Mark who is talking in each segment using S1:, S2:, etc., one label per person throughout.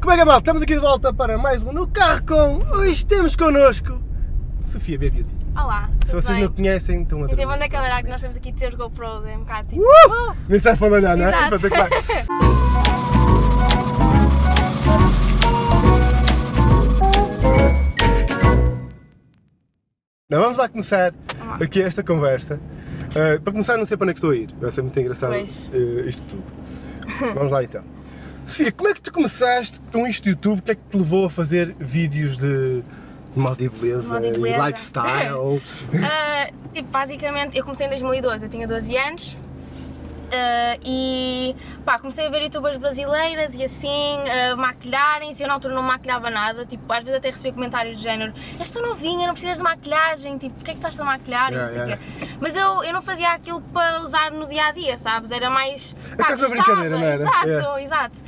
S1: Como é que é, mal? Estamos aqui de volta para mais um No Carro Com. Hoje temos connosco Sofia B Beauty.
S2: Olá,
S1: Se
S2: tudo
S1: vocês
S2: bem?
S1: não conhecem, estão a
S2: Quer dizer,
S1: trabalhar.
S2: onde é que olhar que nós temos aqui três GoPros, é um bocado tipo...
S1: Uh! Nem sai falando olhar, não é?
S2: Exato.
S1: Espetacular. Não, vamos lá começar
S2: Vamos lá.
S1: aqui esta conversa. Ah, para começar, não sei para onde é que estou a ir. Vai ser muito engraçado
S2: Pois.
S1: eh, isto tudo. Vamos lá então. Sofia, como é que tu começaste com isto do YouTube? O que é que te levou a fazer vídeos de moda e beleza,
S2: Moda e beleza.
S1: e lifestyle?
S2: Ah, tipo, basicamente, eu comecei em 2012, eu tinha 12 anos. ah, e pá, comecei a ver youtubers brasileiras e assim, ah, maquilharem-se. Eu na altura não maquilhava nada, tipo, às vezes até recebia comentários do género: És tão novinha, não precisas de maquilhagem, tipo, porquê é que estás a maquilhar? E não
S1: Yeah,
S2: sei o quê. Mas eu, eu não fazia aquilo para usar no dia a dia, sabes? Era mais. Pá,
S1: quase uma
S2: gostava,
S1: brincadeira, não era?
S2: Exato,
S1: Yeah.
S2: exato.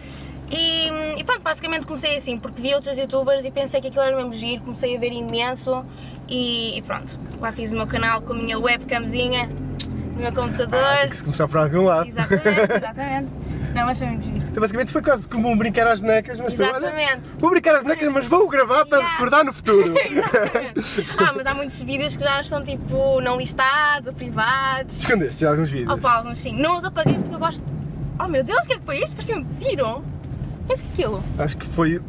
S2: E, e pronto, basicamente comecei assim, porque vi outros youtubers e pensei que aquilo era mesmo giro, comecei a ver imenso e, e pronto, lá fiz o meu canal com a minha webcamzinha no meu computador.
S1: Ah, tem que se começar por algum lado.
S2: Exatamente, exatamente. Não, mas foi muito giro.
S1: Então, basicamente foi quase como um brincar às bonecas, mas tu, olha,
S2: Exatamente.
S1: vou brincar às bonecas, mas vou gravar para
S2: Yeah.
S1: recordar no futuro.
S2: Exatamente. Ah, mas há muitos vídeos que já estão tipo não listados ou privados.
S1: Escondeste um já alguns vídeos.
S2: Opa, alguns sim. Não os apaguei porque eu gosto. Oh meu Deus, o que é que foi isto? Parecia um tiro. O que é que foi aquilo?
S1: Acho que foi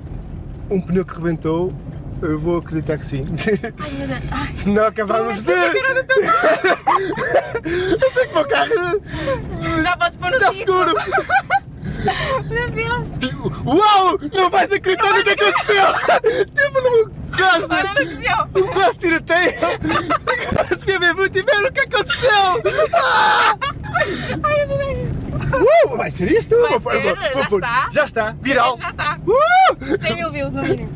S1: um pneu que rebentou. Eu vou acreditar que sim.
S2: Ai meu Deus. Ai,
S1: Se não acabámos de.
S2: Pelo menos deixa a cara do
S1: Eu sei que vou carro
S2: já podes pôr no
S1: está
S2: título.
S1: seguro.
S2: Meu Deus.
S1: Tipo, Uau! Não vais acreditar no que aconteceu! Teve num caso!
S2: Olha no que deu.
S1: Um quase tiroteio! Se bebê muito e ver o que aconteceu!
S2: Ai, adorei isto.
S1: Uh, vai ser isto?
S2: Vai ser, já
S1: pôr-
S2: está.
S1: Já está, viral!
S2: Já está.
S1: Uh!
S2: 100 mil views no mínimo.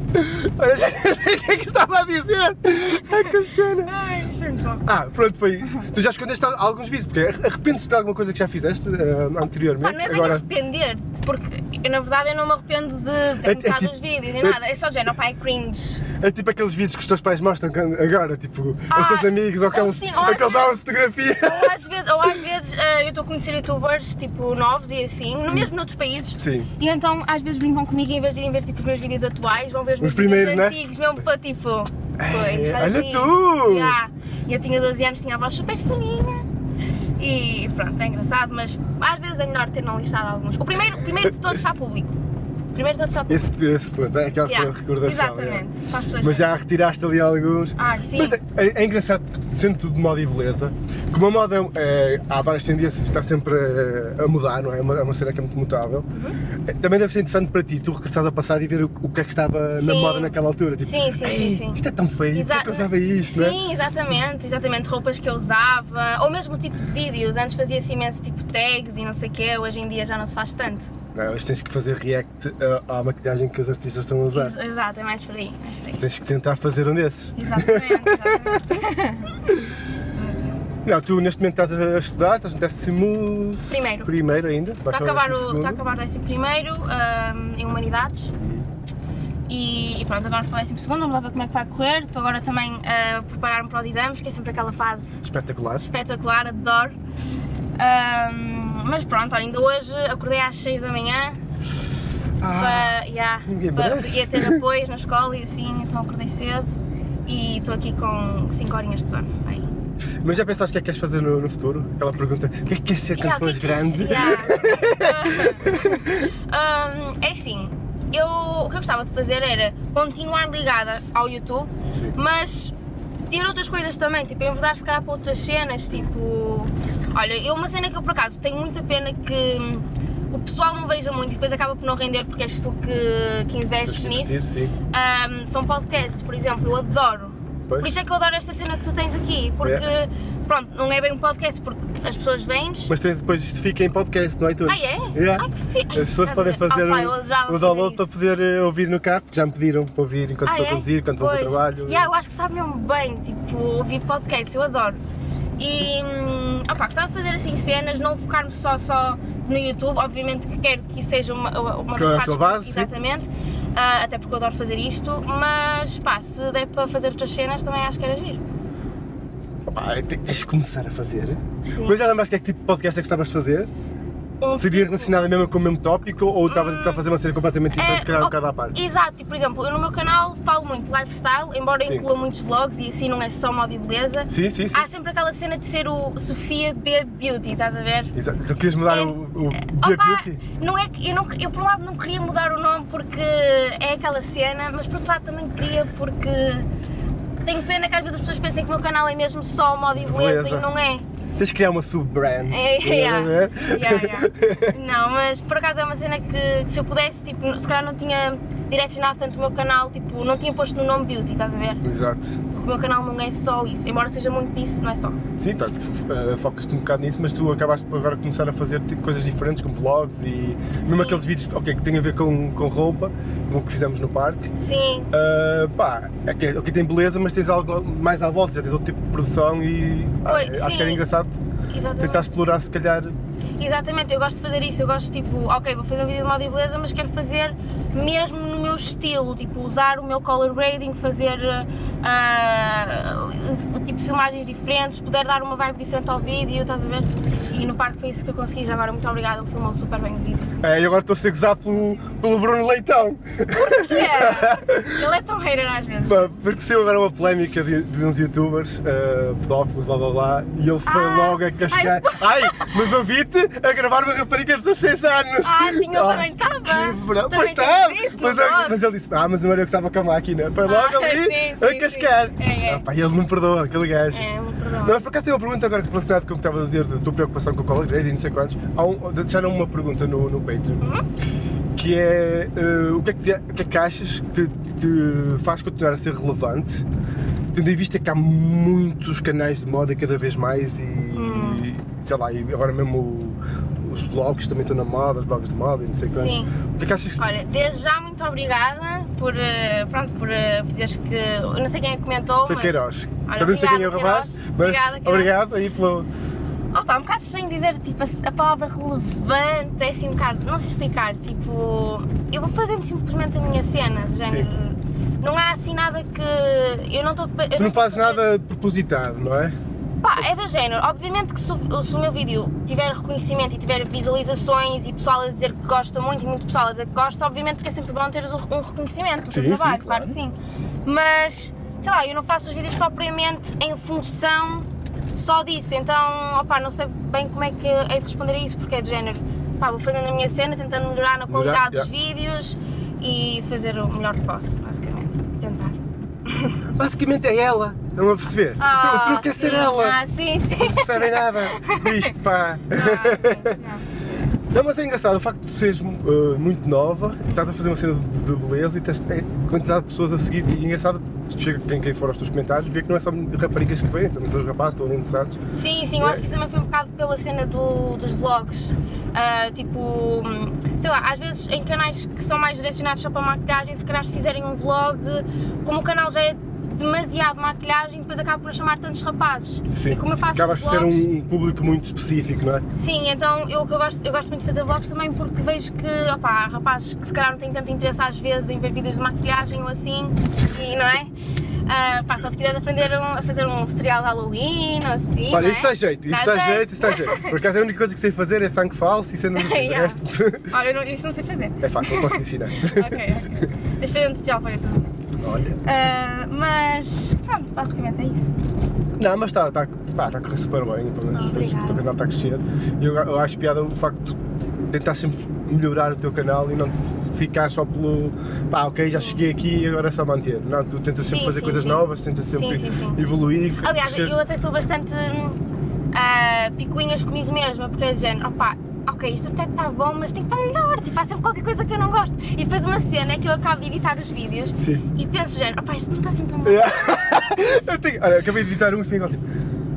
S1: Olha, já nem sei o que é que estava a dizer! Ai, que cena!
S2: Ai, isto foi muito bom.
S1: Ah, pronto, foi. Tu já escondeste al- alguns vídeos, porque ar- arrependes-te de alguma coisa que já fizeste ah,
S2: Pá,
S1: anteriormente?
S2: não é bem arrepender, porque eu, na verdade eu não me arrependo de
S1: É- é
S2: ter começado
S1: tipo-
S2: os vídeos nem
S1: é-
S2: nada. É só o género, pá, é cringe.
S1: É tipo aqueles vídeos que os teus pais mostram quando- agora, tipo, aos
S2: Ah,
S1: teus amigos, ou
S2: ou
S1: aqueles,
S2: sim, ou às
S1: aqueles
S2: vezes-
S1: álbuns de fotografia.
S2: Ou às vezes, ou às vezes eh, eu estou a conhecer youtubers tipo novos e assim, no mesmo noutros países.
S1: Sim.
S2: E então às vezes brincam comigo e em vez de irem ver tipo, os meus vídeos atuais, vão ver os meus
S1: primeiros, né? É,
S2: vídeos antigos, mesmo para tipo. Pois,
S1: olha tu!
S2: Yeah. E Eu tinha 12 anos, tinha a voz super fininha. E pronto, é engraçado, mas às vezes é melhor ter não listado alguns. O primeiro, o primeiro de todos está público. O primeiro de todos está público.
S1: Esse, esse pronto, é aquela
S2: Yeah,
S1: sua recordação.
S2: Exatamente.
S1: yeah.
S2: Para as pessoas
S1: Mas
S2: verem.
S1: já retiraste ali alguns.
S2: Ai, sim.
S1: Mas é, é- é engraçado, porque sendo tudo moda e beleza, como a moda eh, há várias tendências, está sempre eh, a mudar, não é? É uma, é uma cena que é muito mutável.
S2: Uhum.
S1: Eh, Também deve ser interessante para ti, tu regressares ao passado e ver o, o que é que estava na
S2: Sim.
S1: moda naquela altura. Tipo,
S2: Sim, sim, sim,
S1: "Ei,
S2: sim.
S1: Isto é tão feio, Exa...
S2: Exa-
S1: que eu usava isto, não é?
S2: Sim, exatamente, exatamente, roupas que eu usava, ou mesmo o tipo de vídeos, antes fazia-se imenso tipo tags e não sei o quê, hoje em dia já não se faz tanto.
S1: Não, hoje tens que fazer react eh, à, à maquilhagem que os artistas estão a usar.
S2: Ex- Exato, é mais por aí, mais por aí.
S1: Tens que tentar fazer um desses.
S2: Exatamente, exatamente. Mas, é.
S1: Não, tu neste momento estás a estudar, estás no décimo
S2: Primeiro,
S1: primeiro ainda.
S2: está Tá a acabar o, está a acabar o décimo primeiro ahm, em Humanidades. E, e pronto, agora vamos para o décimo segundo, vamos lá ver como é que vai correr. Estou agora também a preparar-me para os exames, que é sempre aquela fase
S1: Espetacular.
S2: espetacular, adoro. Ahm, mas pronto, olha, ainda hoje acordei às 6 da manhã
S1: Ah,
S2: para, yeah,
S1: ninguém
S2: para-
S1: merece.
S2: ia ter apoios na escola e assim, então acordei cedo e estou aqui com 5 horinhas de sono. Bem.
S1: mas já pensaste o que é que queres fazer no, no futuro? Aquela pergunta, o que é que queres ser quando
S2: Yeah, o
S1: fores
S2: que é que
S1: grande?
S2: isso- yeah. Ahm, é assim, eu, o que eu gostava de fazer era continuar ligada ao YouTube,
S1: Sim.
S2: mas ter outras coisas também, tipo, enverdar se calhar para outras cenas, tipo. Olha, eu uma cena que eu por acaso tenho muita pena que hum, o pessoal não veja muito e depois acaba por não render porque és tu que, que
S1: Tens
S2: investes
S1: que
S2: nisso.
S1: investir, Sim.
S2: Ahm, são podcasts, por exemplo, eu adoro.
S1: Pois.
S2: Por isso é que eu adoro esta cena que tu tens aqui, porque,
S1: Yeah.
S2: pronto, não é bem um podcast, porque as pessoas vêm-nos,
S1: Mas tens, depois isto fica em podcast, não é?
S2: ah, é? Ai, que fi...
S1: As pessoas podem fazer
S2: oh, pá, eu
S1: o-
S2: adorava
S1: o, download
S2: fazer
S1: para
S2: isso.
S1: poder eh, ouvir no carro, porque já me pediram para ouvir enquanto estou
S2: Ah,
S1: a
S2: é?
S1: conduzir, enquanto vou para o
S2: Pois.
S1: trabalho.
S2: Yeah, eu acho que sabe mesmo bem, tipo, ouvir podcast, eu adoro. E, hum, opá, gostava de fazer assim cenas, não focar-me só, só no YouTube, obviamente que quero que isso seja uma, uma
S1: Que é a
S2: das partes,
S1: tua base, sim.
S2: exatamente, Ah, até porque eu adoro fazer isto, mas pá, se der para fazer outras cenas também acho que era giro.
S1: Opa, te- tens que começar a fazer.
S2: Sim.
S1: é Mas já lembraste que é que tipo de podcast é que gostavas de fazer? Seria
S2: um tipo- Hum. É,
S1: relacionada mesmo com o mesmo tópico ou estavas a tentar fazer uma série completamente diferente, se calhar um
S2: op-
S1: bocado à parte?
S2: Exato, e por exemplo, eu no meu canal falo muito lifestyle, embora
S1: Sim.
S2: inclua muitos vlogs e assim não é só moda e Ah, beleza.
S1: Sim, sim, sim.
S2: Há sempre aquela cena de ser o Sofia B Beauty, estás a ver?
S1: Exato. Tu querias mudar
S2: É-
S1: o, o Be a
S2: Opa,
S1: Beauty?
S2: não é que eu, não, eu por um lado não queria mudar o nome porque é aquela cena, mas por outro lado também queria porque tenho pena que às vezes as pessoas pensem que o meu canal é mesmo só moda e beleza,
S1: Beleza.
S2: e não é.
S1: Tens de criar uma sub-brand.
S2: É,
S1: estás a ver?
S2: yeah, yeah. Não, mas por acaso é uma cena que, que se eu pudesse, tipo, se calhar não tinha direcionado tanto o meu canal, tipo, não tinha posto no nome Beauty, estás a ver?
S1: Exato.
S2: Porque o meu canal não é só isso, embora seja muito disso, não é só.
S1: Sim, tá, tu eh, focas-te um bocado nisso, mas tu acabaste por agora começar a fazer tipo, coisas diferentes, como vlogs e mesmo
S2: Sim.
S1: aqueles vídeos ok, que têm a ver com, com roupa, como o que fizemos no parque.
S2: Sim,
S1: Ah, pá, aqui, aqui tem beleza, mas tens algo mais à volta, já tens outro tipo de produção e ah,
S2: Pois,
S1: acho que era
S2: sim.
S1: engraçado
S2: exatamente.
S1: tentar explorar se calhar.
S2: Exatamente, eu gosto de fazer isso. Eu gosto, tipo, ok, vou fazer um vídeo de moda e beleza, mas quero fazer mesmo no meu estilo, tipo, usar o meu color grading, fazer ah, ah, tipo filmagens diferentes, poder dar uma vibe diferente ao vídeo, estás a ver? E no parque foi isso que eu consegui. Já agora, muito obrigada, ele filmou super bem o vídeo.
S1: Eh, e agora estou a ser gozado pelo, pelo Bruno Leitão.
S2: É, ele é tão hater às vezes.
S1: Pá, Porque saiu agora uma polémica de, de uns youtubers, eh, pedófilos, blá blá blá, e ele foi
S2: Ah,
S1: logo a cascar. Ai, mas ouvi-te a gravar uma rapariga de 16 anos!
S2: Ah, sim, eu
S1: Ai,
S2: também estava.
S1: que bra-
S2: Também
S1: Pois
S2: temos
S1: estava!
S2: isso, não
S1: Mas, eu-
S2: pode.
S1: mas ele disse: Ah, mas o Maria gostava com a máquina. Foi logo
S2: Ah,
S1: ali
S2: sim, sim,
S1: a cascar.
S2: sim. É, é.
S1: Ah, pá, ele não perdoa, aquele gajo.
S2: É, me
S1: Não,
S2: perdoa.
S1: mas por acaso tem uma pergunta agora que relacionada com o que estava a dizer da tua preocupação com o color grade e não sei quantos. Há um, deixaram uma pergunta no, no Patreon
S2: Uhum.
S1: que é eh, o, que é que te- o que é que achas que te faz continuar a ser relevante, tendo em vista que há muitos canais de moda cada vez mais e,
S2: Uhum.
S1: sei lá, e agora mesmo o- os blogs também estão na moda, os blogs de moda e não sei quantos.
S2: Sim.
S1: O que é que achas que te-
S2: Olha, desde já muito obrigada por, eh, pronto, por, eh, por dizeres que. Eu não sei quem é que comentou,
S1: foi
S2: mas.
S1: Queiroz? Também não sei quem é o
S2: obrigada,
S1: rapaz,
S2: Queiroz.
S1: mas
S2: Obrigada, Queiroz.
S1: obrigado aí pelo.
S2: Opa, é um bocado estranho dizer tipo, a, a palavra relevante, é assim um bocado. Não sei explicar, tipo. Eu vou fazendo simplesmente a minha cena, do género. Não há assim nada que. Eu não estou.
S1: Tu não fazes nada de propositado, não é?
S2: Pá, é do género. Obviamente que se o, se o meu vídeo tiver reconhecimento e tiver visualizações e pessoal a dizer que gosta muito e muito pessoal a dizer que gosta, obviamente que é sempre bom teres um um reconhecimento do teu
S1: Sim, sim,
S2: trabalho,
S1: claro.
S2: claro. que sim. Mas, sei lá, eu não faço os vídeos propriamente em função só disso. Então, opá, não sei bem como é que hei de responder a isso, porque é do género. Pá, vou fazendo a minha cena, tentando melhorar na qualidade dos vídeos e fazer o melhor que posso, basicamente. Tentar.
S1: Basicamente é ela, não a perceber? O tru- o truque é ser
S2: Ah, sim.
S1: ela,
S2: Ah, sim, sim.
S1: não percebem nada disto, pá.
S2: Ah, sim, não.
S1: Não, mas é engraçado o facto de seres uh, muito nova, estás a fazer uma cena de, de beleza e tens é, quantidade de pessoas a seguir. E engraçado, chega quem, quem for aos teus comentários, vê que não é só raparigas que vêm, são os rapazes, estão ali interessados.
S2: Sim, sim, eu acho que isso também foi um bocado pela cena do- dos vlogs. Ah, tipo, hum, sei lá, às vezes em canais que são mais direcionados só para maquilhagem, se calhar se fizerem um vlog, como o canal já é demasiado maquilhagem, depois acaba por não chamar tantos rapazes.
S1: Sim,
S2: E como eu faço
S1: acabas
S2: os
S1: por ser
S2: vlogs-
S1: um público muito específico, não é?
S2: Sim, então eu, que eu, gosto, eu gosto muito de fazer vlogs também porque vejo que, opá, há rapazes que se calhar não têm tanto interesse às vezes em ver vídeos de maquilhagem ou assim, e não é? Ah, pá, só se quiseres aprender um- a fazer um tutorial de Halloween ou assim.
S1: Olha,
S2: não
S1: isso
S2: é?
S1: dá jeito, isso dá jeito, isso dá jeito. Por acaso a única coisa que sei fazer é sangue falso e cenas assim, o
S2: Yeah.
S1: resto
S2: Olha, Ah, eu não- isso não sei fazer.
S1: é fácil, eu posso te ensinar.
S2: Ok, ok. Tens de fazer um tutorial para tudo isso.
S1: Olha.
S2: Ah, mas pronto, basicamente é isso.
S1: Não, mas está tá, pá, tá a correr super bem, pelo menos
S2: Ah,
S1: vejo que o teu
S2: obrigada.
S1: canal está a crescer. E eu, eu acho piada o facto de tu tentar sempre melhorar o teu canal e não te ficar só pelo pá, ok, já
S2: Sim.
S1: cheguei aqui e agora é só manter. Não, tu tentas sempre
S2: Sim,
S1: fazer
S2: sim,
S1: coisas
S2: sim.
S1: novas, tentas sempre
S2: Sim, sim, sim.
S1: evoluir.
S2: Aliás,
S1: crescer.
S2: eu até sou bastante hum, ah, picuinhas comigo mesma, porque é de género, opá, ok, isto até está bom, mas tem que estar melhor, tipo, há sempre qualquer coisa que eu não gosto. E depois uma cena é que eu acabo de editar os vídeos
S1: Sim.
S2: e penso, de género, opá, isto não está assim tão bom.
S1: Yeah. eu tenho, olha, acabei de editar um e fico tipo,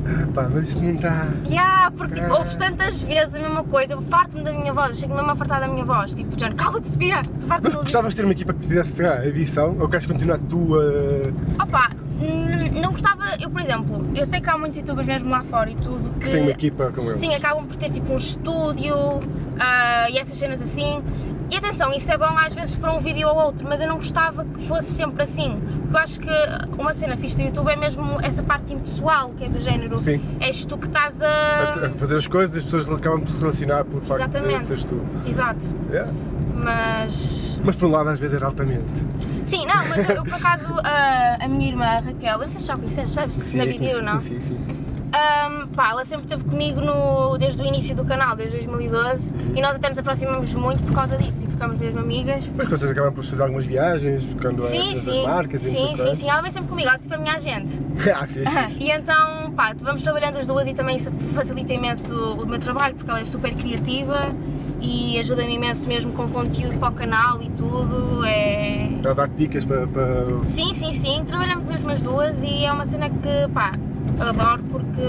S1: ah, pá, mas isto não tá-" está.
S2: Yeah, porque
S1: Ah.
S2: tipo, ouves tantas vezes a mesma coisa, eu farto-me da minha voz, eu chego mesmo a fartar da minha voz, tipo, John, cala-te, Sofia, tu farto-me
S1: Mas
S2: de ouvir.
S1: gostavas de ter uma equipa que te fizesse sei lá, a edição ou queres continuar tu a.
S2: Opa, n- não gostava, eu por exemplo, eu sei que há muitos youtubers mesmo lá fora e tudo que.
S1: que tem uma equipa com eu?
S2: Sim, acabam por ter tipo um estúdio ah, e essas cenas assim. E atenção, isso é bom às vezes para um vídeo ou outro, mas eu não gostava que fosse sempre assim. Porque eu acho que uma cena fixe do YouTube é mesmo essa parte impessoal, que é do género.
S1: Sim.
S2: És tu que estás a.
S1: A fazer as coisas e as pessoas acabam por se relacionar pelo facto de
S2: Exatamente.
S1: seres tu.
S2: Exato.
S1: Yeah.
S2: Mas.
S1: Mas por um lado às vezes era altamente.
S2: Sim, não, mas eu, eu, por acaso a, a minha irmã a Raquel, eu não sei se já a conheceste, sabes?
S1: Sim,
S2: na
S1: eu
S2: vídeo,
S1: conheci-
S2: não?
S1: conheci, sim.
S2: Ahm, pá, ela sempre esteve comigo no- desde o início do canal, desde 2012, e nós até nos aproximamos muito por causa disso e ficamos mesmo amigas.
S1: Mas vocês acabaram por fazer algumas viagens, ficando às
S2: sim,
S1: vezes
S2: sim.
S1: às marcas e não sei
S2: sim, sim,
S1: quantos.
S2: sim, ela vem sempre comigo, ela é tipo a minha agente.
S1: ah, fixe, fixe.
S2: E então, pá, vamos trabalhando as duas e também isso facilita imenso o meu trabalho, porque ela é super criativa e ajuda-me imenso mesmo com conteúdo para o canal e tudo. É...
S1: Ela dá dicas para, para...
S2: Sim, sim, sim, trabalhamos mesmo as duas e é uma cena que, pá, adoro porque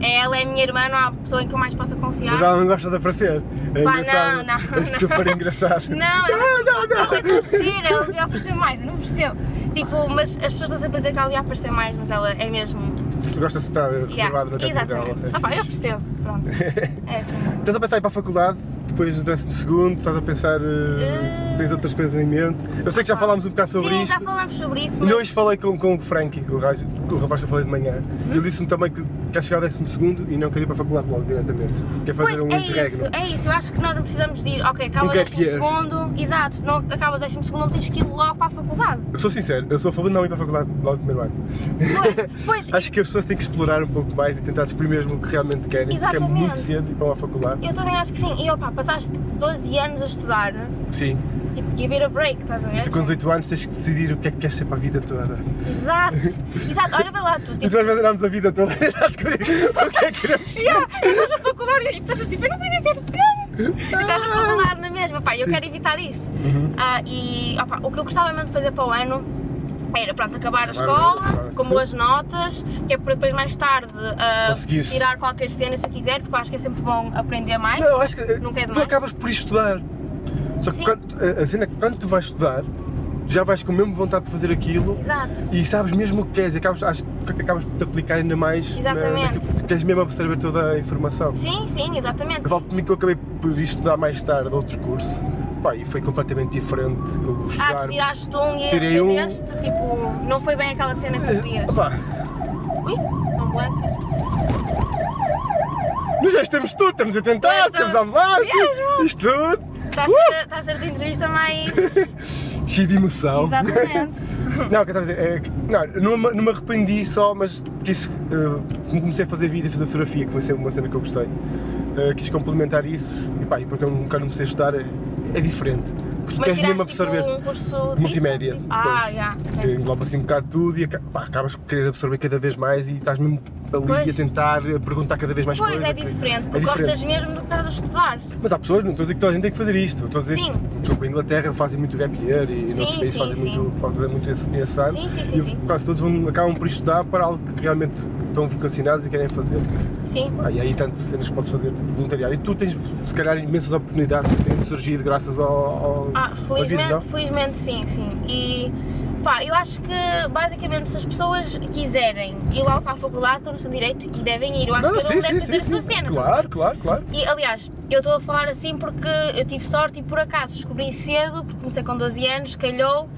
S2: ela é a minha irmã, não há pessoa em que eu mais possa confiar.
S1: Mas ela não gosta de aparecer. É
S2: Pá,
S1: engraçado.
S2: não, não,
S1: é super engraçado.
S2: Não,
S1: não, não, não.
S2: Ela é tão gira, ela devia aparecer mais, eu não percebo. Tipo, mas as pessoas estão sempre a dizer que ela ia aparecer mais, mas ela é mesmo.
S1: Você gosta de estar reservado
S2: Yeah,
S1: na tempo dela.
S2: exatamente.
S1: É
S2: Ah, pá, eu
S1: fixe.
S2: percebo, pronto. É assim.
S1: Estás a pensar em ir para a faculdade, depois do 12 segundo, estás a pensar eh, se tens outras coisas em mente. Eu sei que já falámos um bocado sobre
S2: Sim,
S1: isto.
S2: já falámos sobre isso, mas.
S1: Ainda hoje falei com, com o Frankie, com o, rapaz, com o rapaz que eu falei de manhã, e ele disse-me também que quer chegar ao 12 segundo e não quer ir para a faculdade logo diretamente. Quer fazer
S2: Pois,
S1: um
S2: é
S1: interregno.
S2: isso, é isso. Eu acho que nós não precisamos de ir. Ok,
S1: Um
S2: acabas
S1: gap
S2: décimo
S1: year.
S2: segundo. Exato, não acabas décimo segundo, não tens que ir logo para a faculdade.
S1: Eu sou sincero, eu sou a favor de não ir para a faculdade logo no primeiro ano.
S2: Pois, pois.
S1: Acho que as pessoas têm que explorar um pouco mais e tentar descobrir mesmo o que realmente querem, porque é
S2: Exatamente.
S1: muito cedo ir para uma faculdade.
S2: Eu também acho que sim. E opá, passaste 12 anos a estudar,
S1: Sim.
S2: tipo, give it a break, estás a ver?
S1: Tu com 18 anos tens que decidir o que é que queres ser para a vida toda.
S2: Exato, exato. Olha, vai lá, tu,
S1: E
S2: tipo,
S1: nós andámos a vida toda a descobrir o que é que queremos ser.
S2: Yeah, e estás na faculdade e pensas tipo, eu não sei o que eu quero ser. E estás na faculdade na mesma, pá,
S1: Ah.
S2: eu
S1: Sim. Uhum.
S2: quero evitar isso. Ah, e opá, o que eu gostava mesmo de fazer para o ano era, pronto, acabar a
S1: Acabar,
S2: escola,
S1: acabar,
S2: com
S1: sim.
S2: boas notas, que é para depois mais tarde ah,
S1: Conseguires.
S2: tirar qualquer cena se eu quiser, porque eu acho que é sempre bom aprender mais.
S1: Não, acho que eh,
S2: Nunca é
S1: tu
S2: demais.
S1: acabas por ir estudar. Só que
S2: Sim.
S1: quando, a- a cena é que quando tu vais estudar, já vais com a mesma vontade de fazer aquilo
S2: Exato.
S1: e sabes mesmo o que queres. e Acabas, acho que acabas por te aplicar ainda mais. na-
S2: Exatamente.
S1: naquilo, porque queres mesmo absorver toda a informação.
S2: Sim, sim, exatamente.
S1: Eu falo por mim que eu acabei por ir estudar mais tarde outro curso. Pá, e foi completamente diferente o
S2: Ah,
S1: estudar.
S2: tu tiraste um e
S1: Tirei um.
S2: aprendeste, tipo, não foi bem aquela cena que tu
S1: Eh,
S2: querias.
S1: opá,
S2: Ui, ambulância.
S1: nós já estamos tudo, estamos a tentar,
S2: Nós
S1: estamos
S2: estamos-
S1: a ambulância,
S2: Mesmo.
S1: isto tudo,
S2: Está Tá a ser, está a ser a tua entrevista mais.
S1: cheio de emoção.
S2: Exatamente.
S1: Não, o que eu estava a dizer é que não, não, me- não me arrependi só, mas quis, eh, como comecei a fazer vídeo e fazer fotografia, que foi sempre uma cena que eu gostei, eh, quis complementar isso e pá, e porque eu nunca comecei a estudar é, é diferente. Porque tu
S2: Mas
S1: queres mesmo
S2: tiraste tipo
S1: absorver.
S2: um curso disso?
S1: multimédia,
S2: Ah,
S1: depois.
S2: já.
S1: que engloba assim um bocado tudo e aca- pá, acabas por querer absorver cada vez mais e estás mesmo ali
S2: Pois.
S1: a tentar a perguntar cada vez mais
S2: Pois
S1: coisas.
S2: é
S1: que-
S2: diferente,
S1: é
S2: porque gostas mesmo do que estás a estudar.
S1: Mas há pessoas, não estou a dizer que toda a gente tem que fazer isto. Estou a dizer
S2: Sim.
S1: que por exemplo, a Inglaterra fazem muito gap year e
S2: Sim,
S1: noutros países
S2: sim,
S1: fazem
S2: sim.
S1: muito, fazem muito esse, esse ano.
S2: Sim, sim, sim,
S1: E
S2: sim.
S1: quase todos vão, acabam por estudar para algo que realmente estão vocacionados e querem fazer.
S2: Sim.
S1: Ah, e aí tantas cenas que podes fazer de voluntariado. E tu tens, se calhar, imensas oportunidades que têm surgido graças ao. ao
S2: Ah,
S1: ao vídeo,
S2: felizmente, felizmente sim, sim. E pá, eu acho que basicamente se as pessoas quiserem ir logo para a faculdade, estão no seu direito e devem ir. Eu acho
S1: não? Não,
S2: que cada um
S1: sim,
S2: deve
S1: sim,
S2: fazer
S1: sim,
S2: a sua
S1: sim.
S2: cena.
S1: Claro, claro, claro.
S2: E aliás, eu estou a falar assim porque eu tive sorte e por acaso descobri cedo, porque comecei com 12 anos, calhou,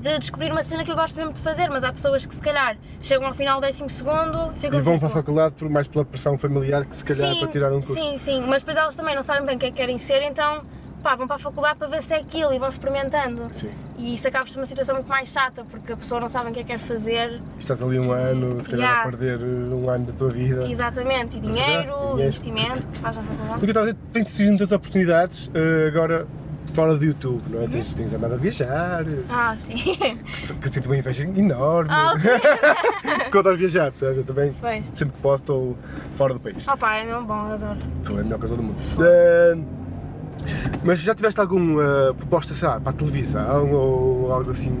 S2: de descobrir uma cena que eu gosto mesmo de fazer, mas há pessoas que se calhar chegam ao final do décimo segundo, ficam
S1: E vão
S2: tipo,
S1: para a faculdade por, mais pela pressão familiar que se calhar
S2: sim,
S1: para tirar um curso.
S2: Sim, sim, mas depois elas também não sabem bem o que é que querem ser, então pá, vão para a faculdade para ver se é aquilo e vão experimentando.
S1: Sim.
S2: E isso acaba por ser uma situação muito mais chata, porque a pessoa não sabe o que é que quer fazer
S1: Estás ali um ano, se calhar a
S2: Yeah.
S1: perder eh, um ano da tua vida.
S2: exatamente, e
S1: fazer
S2: dinheiro,
S1: dinheiro.
S2: investimento que se faz na
S1: Porque
S2: faculdade.
S1: eu estava a dizer, tem surgido muitas oportunidades eh, agora fora do YouTube,
S2: Uhum.
S1: não é? Tens, tens andado a viajar, eh,
S2: Ah, sim.
S1: que, se- que sinto uma inveja enorme.
S2: Ah,
S1: Porque eu adoro viajar, percebes? Eu também,
S2: Pois.
S1: sempre que posso, estou fora do país.
S2: Opa, é mesmo bom, eu adoro.
S1: Então é a melhor coisa do mundo. Eh, mas já tiveste alguma eh, proposta, sei lá, para a televisão ou algo assim?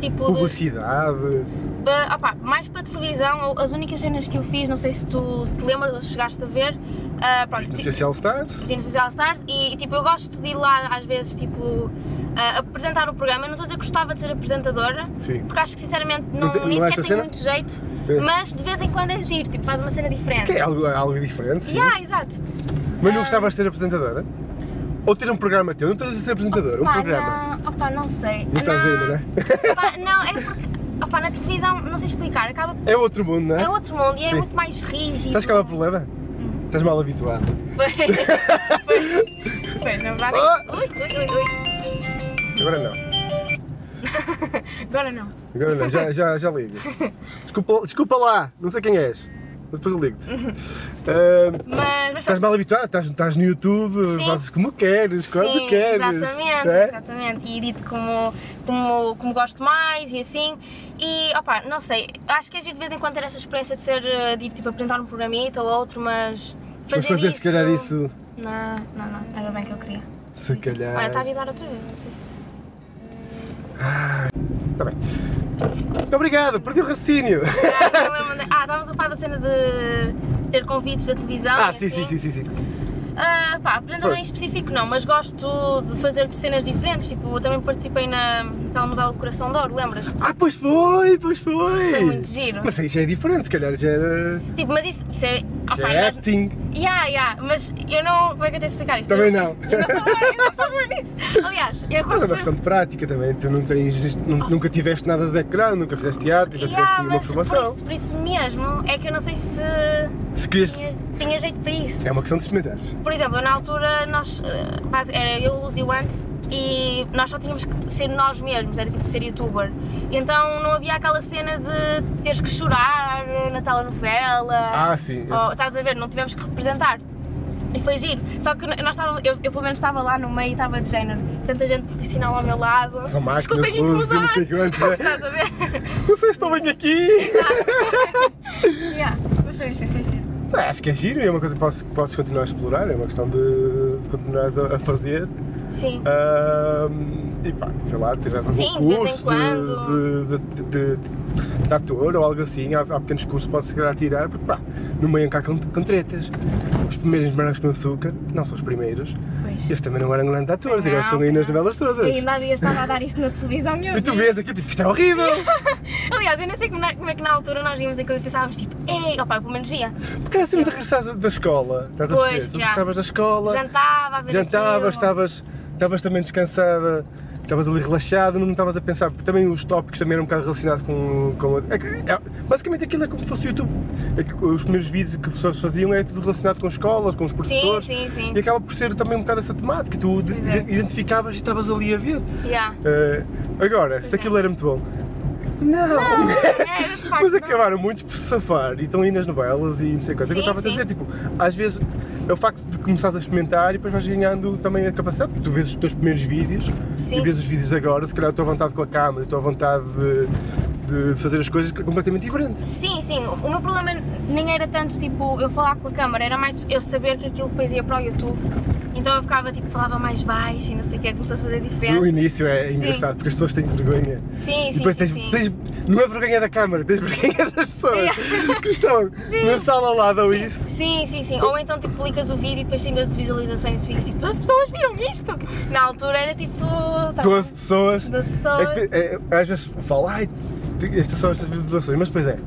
S2: Tipo, dos-
S1: Publicidade?
S2: Pa- opá, mais para televisão, as únicas cenas que eu fiz, não sei se tu te lembras ou se chegaste a ver, ah, pronto,
S1: Não
S2: ti-
S1: sei se é All Stars?
S2: vi no Social Stars e tipo, eu gosto de ir lá às vezes tipo, ah, apresentar o programa. Eu não estou a dizer que gostava de ser apresentadora,
S1: Sim.
S2: porque acho que sinceramente não,
S1: te-
S2: nem
S1: não é a tua
S2: sequer tenho
S1: cena?
S2: muito jeito,
S1: É.
S2: mas de vez em quando é giro, tipo, faz uma cena diferente.
S1: Que é algo, algo diferente, sim.
S2: Yeah, exato.
S1: Mas não gostavas de ser apresentadora? Ou ter um programa teu, não estás a ser apresentador, um
S2: Pá,
S1: programa.
S2: Não, opá, não sei.
S1: Não sabes ainda, né?
S2: Opá, não, é porque opá, na televisão, não sei explicar, acaba
S1: É outro mundo, não é?
S2: é outro mundo e é
S1: Sim.
S2: muito mais rígido.
S1: Sabes qual é o problema? Estás mal habituado.
S2: Foi, foi, foi, na verdade
S1: Ah!
S2: é isso. Ui, ui, ui, ui.
S1: Agora não.
S2: Agora não.
S1: Agora não, já, já, já ligo. Desculpa, desculpa lá, não sei quem és. Mas depois eu ligo-te. Ahm,
S2: Mas, mas
S1: Estás mal habituado, estás, estás no YouTube,
S2: Sim.
S1: fazes como queres, quando
S2: Sim,
S1: queres.
S2: exatamente,
S1: né?
S2: exatamente. E edito como, como, como gosto mais e assim. E opa, não sei, acho que a gente de vez em quando ter essa experiência de ser eh, de ir tipo apresentar um programita ou outro, mas
S1: Mas
S2: fazer,
S1: fazer
S2: isso.
S1: se calhar isso. É.
S2: Não, não, não, era bem que eu queria.
S1: Se calhar.
S2: Olha, tá está a vibrar outra vez, não sei se.
S1: Tá bem. Muito obrigado, perdi o raciocínio.
S2: Ah, eu lembro de- ah, estávamos a falar da cena de ter convites da televisão.
S1: Ah,
S2: e
S1: sim, sim,
S2: assim.
S1: sim, sim. sim.
S2: Ah, pá, apresentador
S1: Pois.
S2: em específico não, mas gosto de fazer cenas diferentes. Tipo, eu também participei na tal novela de Coração de Ouro, lembras-te?
S1: Ah, pois foi, pois foi.
S2: Foi muito giro.
S1: Mas aí já é diferente, se calhar já era.
S2: Tipo, mas isso, isso é.
S1: Já
S2: Opa,
S1: é
S2: nós-
S1: acting.
S2: Yeah, yeah, mas eu não. Como é que eu tenho de explicar isto?
S1: Também
S2: Eu-
S1: não.
S2: Eu não sou boa, eu não sou boa nisso. Aliás, eu
S1: Mas é
S2: quando
S1: uma
S2: fui.
S1: questão de prática também. Tu não tens, nu- nunca tiveste nada de background, nunca fizeste teatro, nunca tiveste
S2: Yeah,
S1: nenhuma
S2: mas por
S1: formação.
S2: isso, por isso mesmo é que eu não sei se
S1: Se queres.
S2: tinha, tinha jeito para isso.
S1: É uma questão de experimentares.
S2: Por exemplo, eu, na altura nós. eh, base- Era eu, Luz e o Ant e nós só tínhamos que ser nós mesmos, era tipo ser youtuber. Então não havia aquela cena de teres que chorar eh, na telenovela.
S1: Ah, sim.
S2: ou, estás a ver? Não tivemos que representar. E foi giro. Só que nós estávamos, eu, eu pelo menos estava lá no meio e estava de género. Tanta gente profissional ao meu lado.
S1: São máquinas,
S2: Desculpem
S1: luzes, e não
S2: incomodar.
S1: sei quantos. né?
S2: Estás a ver?
S1: Não sei se estão bem aqui.
S2: yeah. Mas foi uma experiência gira.
S1: Pá, Acho que é giro, é uma coisa que posso- que podes continuar a explorar, é uma questão de, de continuares a, a fazer.
S2: Sim.
S1: Ahm, e pá, sei lá, tiveres algum
S2: Sim, de vez em
S1: curso
S2: quando.
S1: de, de, de- de- de ator ou algo assim, há, há pequenos cursos que podes chegar a tirar, porque pá, no meio cá com, com tretas. Os primeiros morangos com açúcar, não são os primeiros,
S2: Pois.
S1: eles também não eram grandes atores, agora
S2: Não,
S1: estão aí nas
S2: não.
S1: novelas todas.
S2: E ainda havia estava a dar isso na televisão meu
S1: E tu
S2: Deus.
S1: vês aqui, tipo, isto é horrível!
S2: Aliás, eu não sei como, na- como é que na altura nós víamos aquilo e pensávamos tipo, ei, opa, pelo menos via.
S1: Porque era assim muito regressares da escola, estás a
S2: Pois,
S1: perceber? Tu
S2: já.
S1: regressavas da escola,
S2: Jantava, a ver aquilo.
S1: jantavas, estavas, estavas também descansada, estavas ali relaxado, não estavas a pensar, porque também os tópicos também eram um bocado relacionados com. com é que- é- basicamente aquilo é como se fosse o YouTube. É que os primeiros vídeos que os professores faziam é tudo relacionado com escolas, com os
S2: Sim,
S1: professores.
S2: sim, sim.
S1: E acaba por ser também um bocado essa temática, tu de-
S2: Pois é.
S1: identificavas e estavas ali a ver.
S2: Yeah.
S1: Eh, agora, se
S2: é.
S1: aquilo era muito bom. Não!
S2: É, de facto,
S1: Mas
S2: não.
S1: acabaram muitos por se safar e estão aí nas novelas e não sei quantas. É o que eu estava
S2: Sim,
S1: a dizer,
S2: sim.
S1: tipo, às vezes é o facto de começares a experimentar e depois vais ganhando também a capacidade. porque Tu vês os teus primeiros vídeos
S2: Sim.
S1: e vês os vídeos agora, se calhar a tua vontade com a câmera, a tua vontade de, de fazer as coisas é completamente diferente.
S2: Sim, sim. O meu problema nem era tanto tipo eu falar com a câmara, era mais eu saber que aquilo depois ia para o YouTube. Então eu ficava tipo, falava mais baixo e não sei o que, começou a fazer diferença.
S1: No início é
S2: Sim.
S1: engraçado porque as pessoas têm vergonha.
S2: Sim,
S1: e
S2: sim,
S1: depois
S2: sim.
S1: tens,
S2: sim.
S1: tens- Não é vergonha da câmara, tens vergonha das pessoas que estão na sala ao lado ou isso.
S2: Sim, sim, sim. Ou então tipo, publicas o vídeo e depois tem 12 visualizações e ficas tipo, 12 pessoas viram isto? Na altura era tipo. tá,
S1: 12 pessoas.
S2: 12 pessoas.
S1: É que, é, às vezes falo, ai, estas são estas visualizações, mas depois é,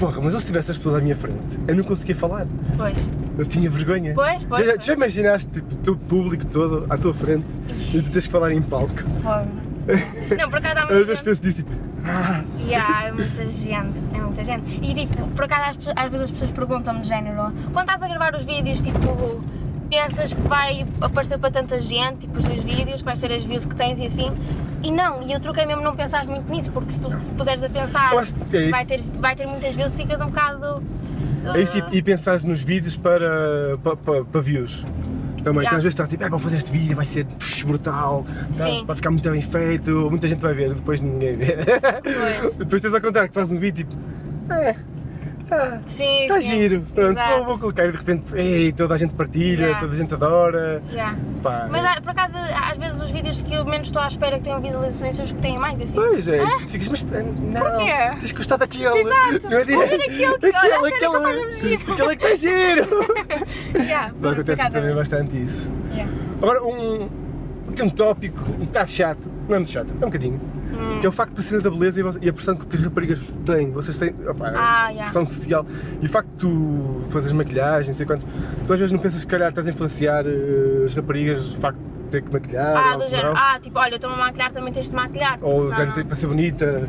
S1: porra, mas eu se tivesse as pessoas à minha frente, eu não conseguia falar,
S2: Pois.
S1: eu tinha vergonha.
S2: Pois, pois,
S1: Já,
S2: pois.
S1: já imaginaste, tipo, o teu público todo à tua frente e tu tens que falar em palco?
S2: Foi. Não, por acaso há muita
S1: Às vezes
S2: gente.
S1: penso nisso, tipo, ah,
S2: E há, é muita gente, é muita gente. E tipo, por acaso às, pe- às vezes as pessoas perguntam-me de género, quando estás a gravar os vídeos, tipo, pensas que vai aparecer para tanta gente, tipo, os teus vídeos, quais ser as views que tens e assim. E não, e o truque é mesmo não pensar muito nisso, porque se tu te puseres a pensar,
S1: Eu acho que é isso.
S2: vai, ter, vai ter muitas views, ficas um bocado.
S1: é isso,
S2: Ah.
S1: e, e pensares nos vídeos para, para, para, para views. Também,
S2: Já.
S1: que às vezes estás tipo, é, vou fazer este vídeo, vai ser psh, brutal, tá?
S2: Sim.
S1: vai ficar muito bem feito, muita gente vai ver, depois ninguém vê.
S2: Pois.
S1: depois tens ao contrário, que fazes um vídeo tipo, é, tá,
S2: Sim,
S1: Está
S2: sim. é.
S1: giro, pronto,
S2: Exato.
S1: vou, vou colocar e de repente, ei, toda a gente partilha,
S2: Yeah.
S1: toda a gente adora,
S2: Yeah.
S1: pá.
S2: Mas há- por acaso, às vezes os vídeos que eu menos estou à espera é que tenham visualizações são os que têm mais, eu fico.
S1: Pois é, tu ficas, mas eh, não,
S2: Porquê?
S1: tens gostado daquele.
S2: Exato,
S1: não é
S2: ouvir aquele que- olha,
S1: aquele,
S2: olha,
S1: aquele,
S2: como faz-me giro.
S1: aquele é que está giro.
S2: Yeah, por- por
S1: Acontece
S2: acaso,
S1: também
S2: é isso.
S1: bastante isso.
S2: Yeah.
S1: Agora, um, aqui um tópico um bocado chato, não é muito chato, é um bocadinho,
S2: Hum.
S1: que é o facto de cena da beleza e vo- e a pressão que as raparigas têm, vocês têm, opá,
S2: Ah, yeah.
S1: pressão social, e o facto de tu fazeres maquilhagem, não sei quanto, tu às vezes não pensas que se calhar estás a influenciar eh, as raparigas, o facto ter que maquilhar?
S2: Ah,
S1: ou
S2: do
S1: não?
S2: género. Ah, tipo, olha, eu estou-me a maquilhar, também tens de maquilhar. porque
S1: Ou do
S2: senão
S1: género, tipo-
S2: não.
S1: para ser bonita?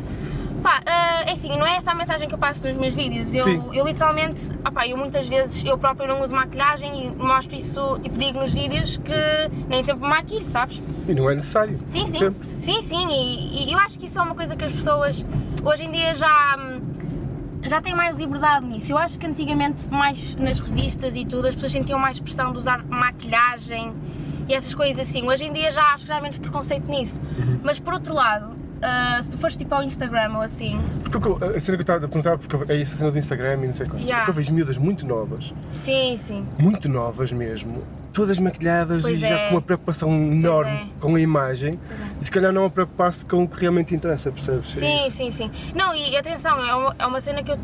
S2: Pá, ah, é assim, não é essa a mensagem que eu passo nos meus vídeos.
S1: Sim.
S2: Eu, eu literalmente, ah pá, eu muitas vezes eu própria não uso maquilhagem e mostro isso, tipo, digo nos vídeos que nem sempre me maquilho, sabes?
S1: E não é necessário.
S2: Sim, sim.
S1: Sempre.
S2: Sim, sim. E, e eu acho que isso é uma coisa que as pessoas hoje em dia já. hum, Já têm mais liberdade nisso. Eu acho que antigamente, mais nas revistas e tudo, as pessoas sentiam mais pressão de usar maquilhagem e essas coisas assim. Hoje em dia já acho que já há menos preconceito nisso. Mas por outro lado, ah, se tu fores tipo ao Instagram ou assim,
S1: Porque o que eu- a cena que eu estava a perguntar, porque é essa cena do Instagram e não sei quantos,
S2: Yeah.
S1: porque eu vejo miúdas muito novas,
S2: sim, sim.
S1: muito novas mesmo, todas maquilhadas
S2: Pois
S1: e já
S2: é.
S1: com uma preocupação enorme
S2: é.
S1: com a imagem
S2: Pois é.
S1: e se calhar não a preocupar-se com o que realmente interessa, percebes? É
S2: Sim,
S1: isso.
S2: sim, sim. Não, e atenção, é uma, é uma cena que eu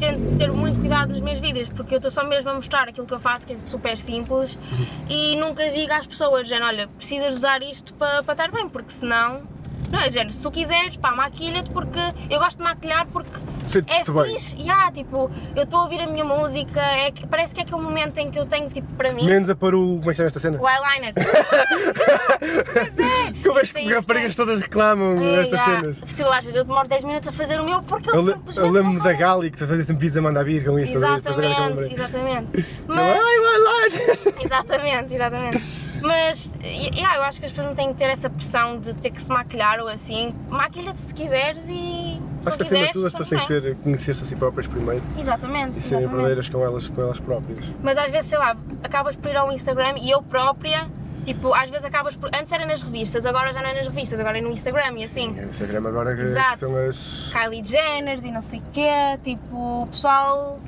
S2: tento ter muito cuidado nos meus vídeos, porque eu estou só mesmo a mostrar aquilo que eu faço, que é super simples,
S1: Uhum.
S2: e nunca digo às pessoas, género, olha, precisas usar isto para estar bem, porque senão. Não, é género, se tu quiseres, pá, maquilha-te, porque eu gosto de maquilhar porque é
S1: Sentes-te bem.
S2: fixe, e há, tipo, eu estou a ouvir a minha música, é que- parece que é aquele momento em que eu tenho, tipo, para mim,
S1: Menos a pôr o. Como é que chama esta cena?
S2: o eyeliner.
S1: Que eu vejo
S2: Isso aí
S1: que raparigas
S2: esquece.
S1: todas reclamam
S2: Ei,
S1: essas
S2: ah,
S1: cenas.
S2: Se eu às vezes eu demoro 10 minutos a fazer o meu porque ele
S1: Eu, le-
S2: simplesmente.
S1: eu lembro-me
S2: não
S1: da
S2: consegue.
S1: Gali que fazia sempre pizza manda vir com isso. estás a ver? Estás a ver aquela
S2: Exatamente,
S1: lembrança? Ela,
S2: exatamente.
S1: Ai,
S2: Mas,
S1: vai lá!
S2: exatamente, exatamente. Mas, e- e, ah, eu acho que as pessoas não têm que ter essa pressão de ter que se maquilhar ou assim. Maquilha-te se quiseres
S1: Acho
S2: e. Se não
S1: que acima de
S2: quiseres,
S1: tudo as pessoas têm que é
S2: também.
S1: ser- conhecer-se a si próprias primeiro
S2: Exatamente,
S1: e serem
S2: exatamente.
S1: verdadeiras com elas, com elas próprias.
S2: Mas às vezes, sei lá, acabas por ir ao Instagram e eu própria. Tipo, às vezes acabas por. Antes era nas revistas, agora já não é nas revistas, agora é no Instagram e assim.
S1: O Instagram agora que,
S2: Exato.
S1: que são as.
S2: Kylie Jenner e não sei o quê, tipo, o pessoal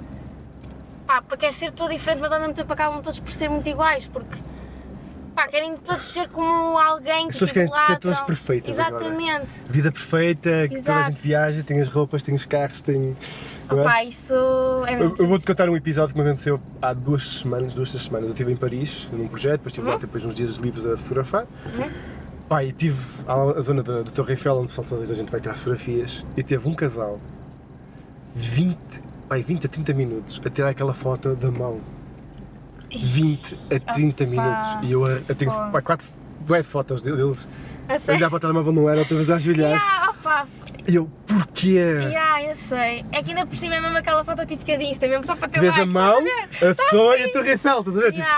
S2: pá, quer ser tudo diferente, mas ao mesmo tempo acabam todos por ser muito iguais, porque pá, querem todos ser como alguém que
S1: As pessoas querem ser
S2: idolatram.
S1: todas perfeitas
S2: Exatamente.
S1: Vida perfeita, que toda a
S2: Exato.
S1: gente viaja, tem as roupas, tem os carros, tem. não é?
S2: Pá, isso é
S1: Eu,
S2: muito
S1: eu vou-te contar um episódio que me aconteceu há duas semanas, duas, três semanas. Eu estive em Paris, num projeto, depois
S2: Uhum.
S1: estive lá depois uns dias livres a fotografar. Pá, e tive a, a zona da, da Torre Eiffel, onde o pessoal toda a gente vai tirar fotografias, e teve um casal, 20, pá, 20 a 30 minutos, a tirar aquela foto da mão. 20 a 30
S2: Opa.
S1: minutos. E eu, eh, eu tenho
S2: Fogo.
S1: pá, quatro bué de fotos deles,
S2: A
S1: a
S2: sério?
S1: olhar para o telemóvel não era, outra vez a ajoelhar-se.
S2: Yeah, opa,
S1: E eu, porquê?
S2: yeah, eu sei. É que ainda por cima é mesmo aquela foto típica de Insta, mesmo só para ter
S1: Vês a
S2: likes,
S1: mão,
S2: estás a ver? Tá assim.
S1: a pessoa e a Torre Eiffel, estás a ver? Tipo,
S2: Yeah.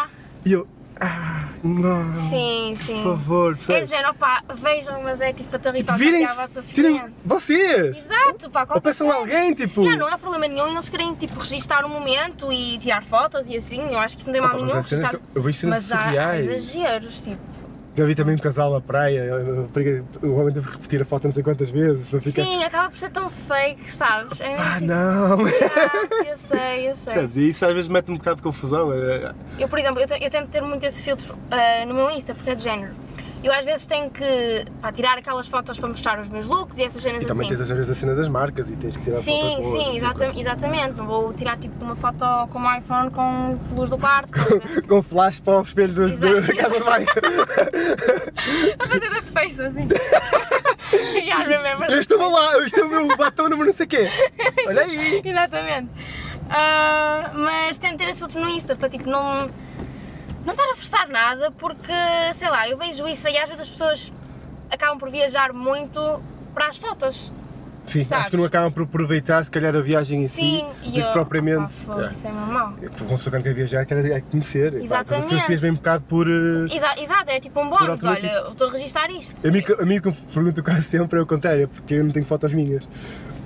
S1: E eu, ah, não.
S2: Sim, sim.
S1: Por favor,
S2: É de
S1: percebes?
S2: género, pá, vejam, mas é tipo a Torre Eiffel que acaba a
S1: Virem-se, tirem
S2: sofrimento.
S1: vocês!
S2: Exato, pá,
S1: Ou
S2: qualquer
S1: peçam a alguém, tipo.
S2: Yeah, não há problema nenhum, eles querem tipo registar o momento e tirar fotos e assim, eu acho que isso não tem mal
S1: Opa, mas
S2: nenhum
S1: há cenas
S2: registar.
S1: que eu- eu vejo cenas
S2: mas há
S1: surreais.
S2: exageros, tipo.
S1: Já vi também um casal à praia, a rapariga- o homem teve que repetir a foto não sei quantas vezes para ficar.
S2: Sim, acaba por ser tão fake, sabes? É mesmo
S1: Ah,
S2: tipo,
S1: não!
S2: ah, eu sei, eu sei.
S1: Percebes? E isso às vezes mete um bocado de confusão. é-
S2: Eu, por exemplo, eu, te- eu tento ter muito esse filtro ah, no meu Insta, porque é de género. Eu às vezes tenho que pá, tirar aquelas fotos para mostrar os meus looks e essas cenas
S1: E também
S2: assim.
S1: tens às vezes a cena das marcas e tens que tirar
S2: Sim,
S1: fotos boas.
S2: sim,
S1: não sei
S2: exata-
S1: quantas.
S2: exatamente. Não vou tirar tipo uma foto com um iPhone com luz do quarto. estás a ver?
S1: Com flash para o espelho do- do-
S2: Exato.
S1: da casa de banho.
S2: a fazer da face assim. yeah, I remember.
S1: Eu estou lá, este é o meu batom número não sei quê. Olha aí!
S2: Exatamente. Ah, mas tento ter esse filtro no Insta para tipo não. Não estar a forçar nada porque, sei lá, eu vejo isso e às vezes as pessoas acabam por viajar muito para as fotos.
S1: Sim,
S2: Sabes?
S1: acho que não acabam por aproveitar, se calhar, a viagem em
S2: Sim,
S1: si,
S2: e
S1: do
S2: eu.
S1: que
S2: Ah,
S1: propriamente.
S2: fogo, Isso é mesmo mau.
S1: É. Uma pessoa que não quer viajar quer é conhecer. E pá,
S2: Exatamente.
S1: As fotografias vêm um bocado por. eh,
S2: Exa- Exato, é tipo um bónus, olha,
S1: automático.
S2: eu estou a registrar isto.
S1: A mim, que- a mim que me pergunto quase sempre é o contrário, é porque eu não tenho fotos minhas.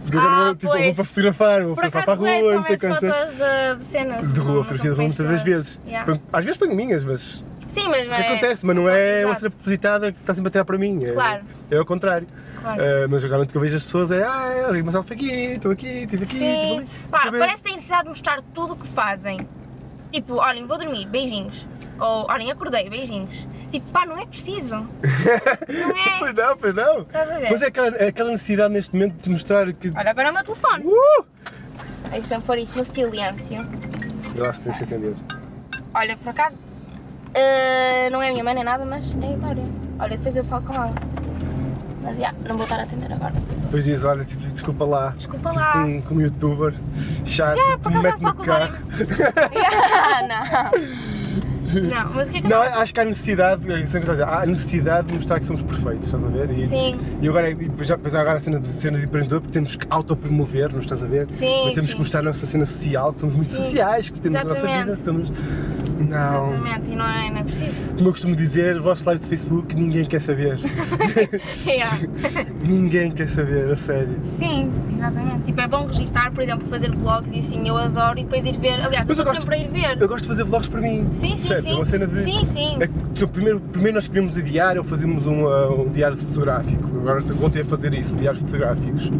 S1: Porque
S2: Ah,
S1: agora vou, tipo,
S2: pois.
S1: vou para fotografar, vou
S2: Por
S1: fotografar para a
S2: acaso é,
S1: rua,
S2: são
S1: não sei
S2: menos
S1: quantas.
S2: fotos de, de cenas.
S1: De
S2: não-
S1: rua, fotografias vão
S2: não
S1: muitas das
S2: tens
S1: vezes.
S2: todas. Yeah.
S1: Ponho- Às vezes ponho minhas, mas
S2: Sim, mas não
S1: O que
S2: é-
S1: acontece, mas não é uma
S2: Exato.
S1: cena propositada que está sempre a tirar para mim. É,
S2: Claro.
S1: É ao contrário.
S2: Claro.
S1: Eh, mas geralmente o que eu vejo as pessoas é, ah, eu ri, mas ela foi aqui, estou aqui, estive aqui, estive
S2: Sim,
S1: ali.
S2: pá,
S1: Também-
S2: parece que têm necessidade de mostrar tudo o que fazem. Tipo, olhem, vou dormir, beijinhos. Ou, olhem, acordei, beijinhos. Tipo, pá, não é preciso. Não é?
S1: Pois não, pois não.
S2: Estás a ver?
S1: Mas é aquela, é aquela necessidade neste momento de mostrar que.
S2: Olha, agora é o meu telefone.
S1: Uh!
S2: Deixa-me pôr isto no silêncio.
S1: Vê lá se tens que atender.
S2: Olha, por acaso, ah, não é a minha mãe nem nada, mas é a Glória. Olha, depois eu falo com ela. Mas, já, não vou estar a atender agora.
S1: Depois diz, olha, tipo, desculpa lá.
S2: Desculpa
S1: Tive
S2: lá.
S1: Com, com um youtuber chato,
S2: Mas é, por
S1: que me
S2: acaso já
S1: mete
S2: falo
S1: no
S2: com a Glória.
S1: carro.
S2: Ah, não. Não, mas o que é que
S1: Não,
S2: acontece?
S1: acho que há necessidade, é isso que eu estou a dizer, há necessidade de mostrar que somos perfeitos, estás a ver? E,
S2: Sim.
S1: E agora, e depois já- depois há agora a cena de, cena de empreendedor, porque temos que autopromover-nos, estás a ver?
S2: Sim,
S1: Mas temos
S2: sim.
S1: que mostrar a nossa cena social, que somos muito
S2: Sim.
S1: sociais, que temos a nossa vida,
S2: Exatamente.
S1: que somos. Não.
S2: Exatamente, e não é, não é preciso.
S1: Como eu costumo dizer, o vosso live de Facebook ninguém quer saber.
S2: Yeah.
S1: ninguém quer saber, a sério.
S2: Sim, exatamente. Tipo, é bom registar, por exemplo, fazer vlogs e assim, eu adoro e depois ir ver. Aliás,
S1: Mas
S2: eu
S1: eu
S2: estou
S1: gosto-
S2: sempre a ir ver.
S1: Eu gosto de fazer vlogs para mim.
S2: Sim, sim,
S1: percebes? É
S2: sim.
S1: Uma cena de...
S2: Sim, sim.
S1: É que, por exemplo, primeiro, primeiro nós escrevemos o diário ou fazemos um, ah, um diário fotográfico. Agora voltei a fazer isso, diários fotográficos.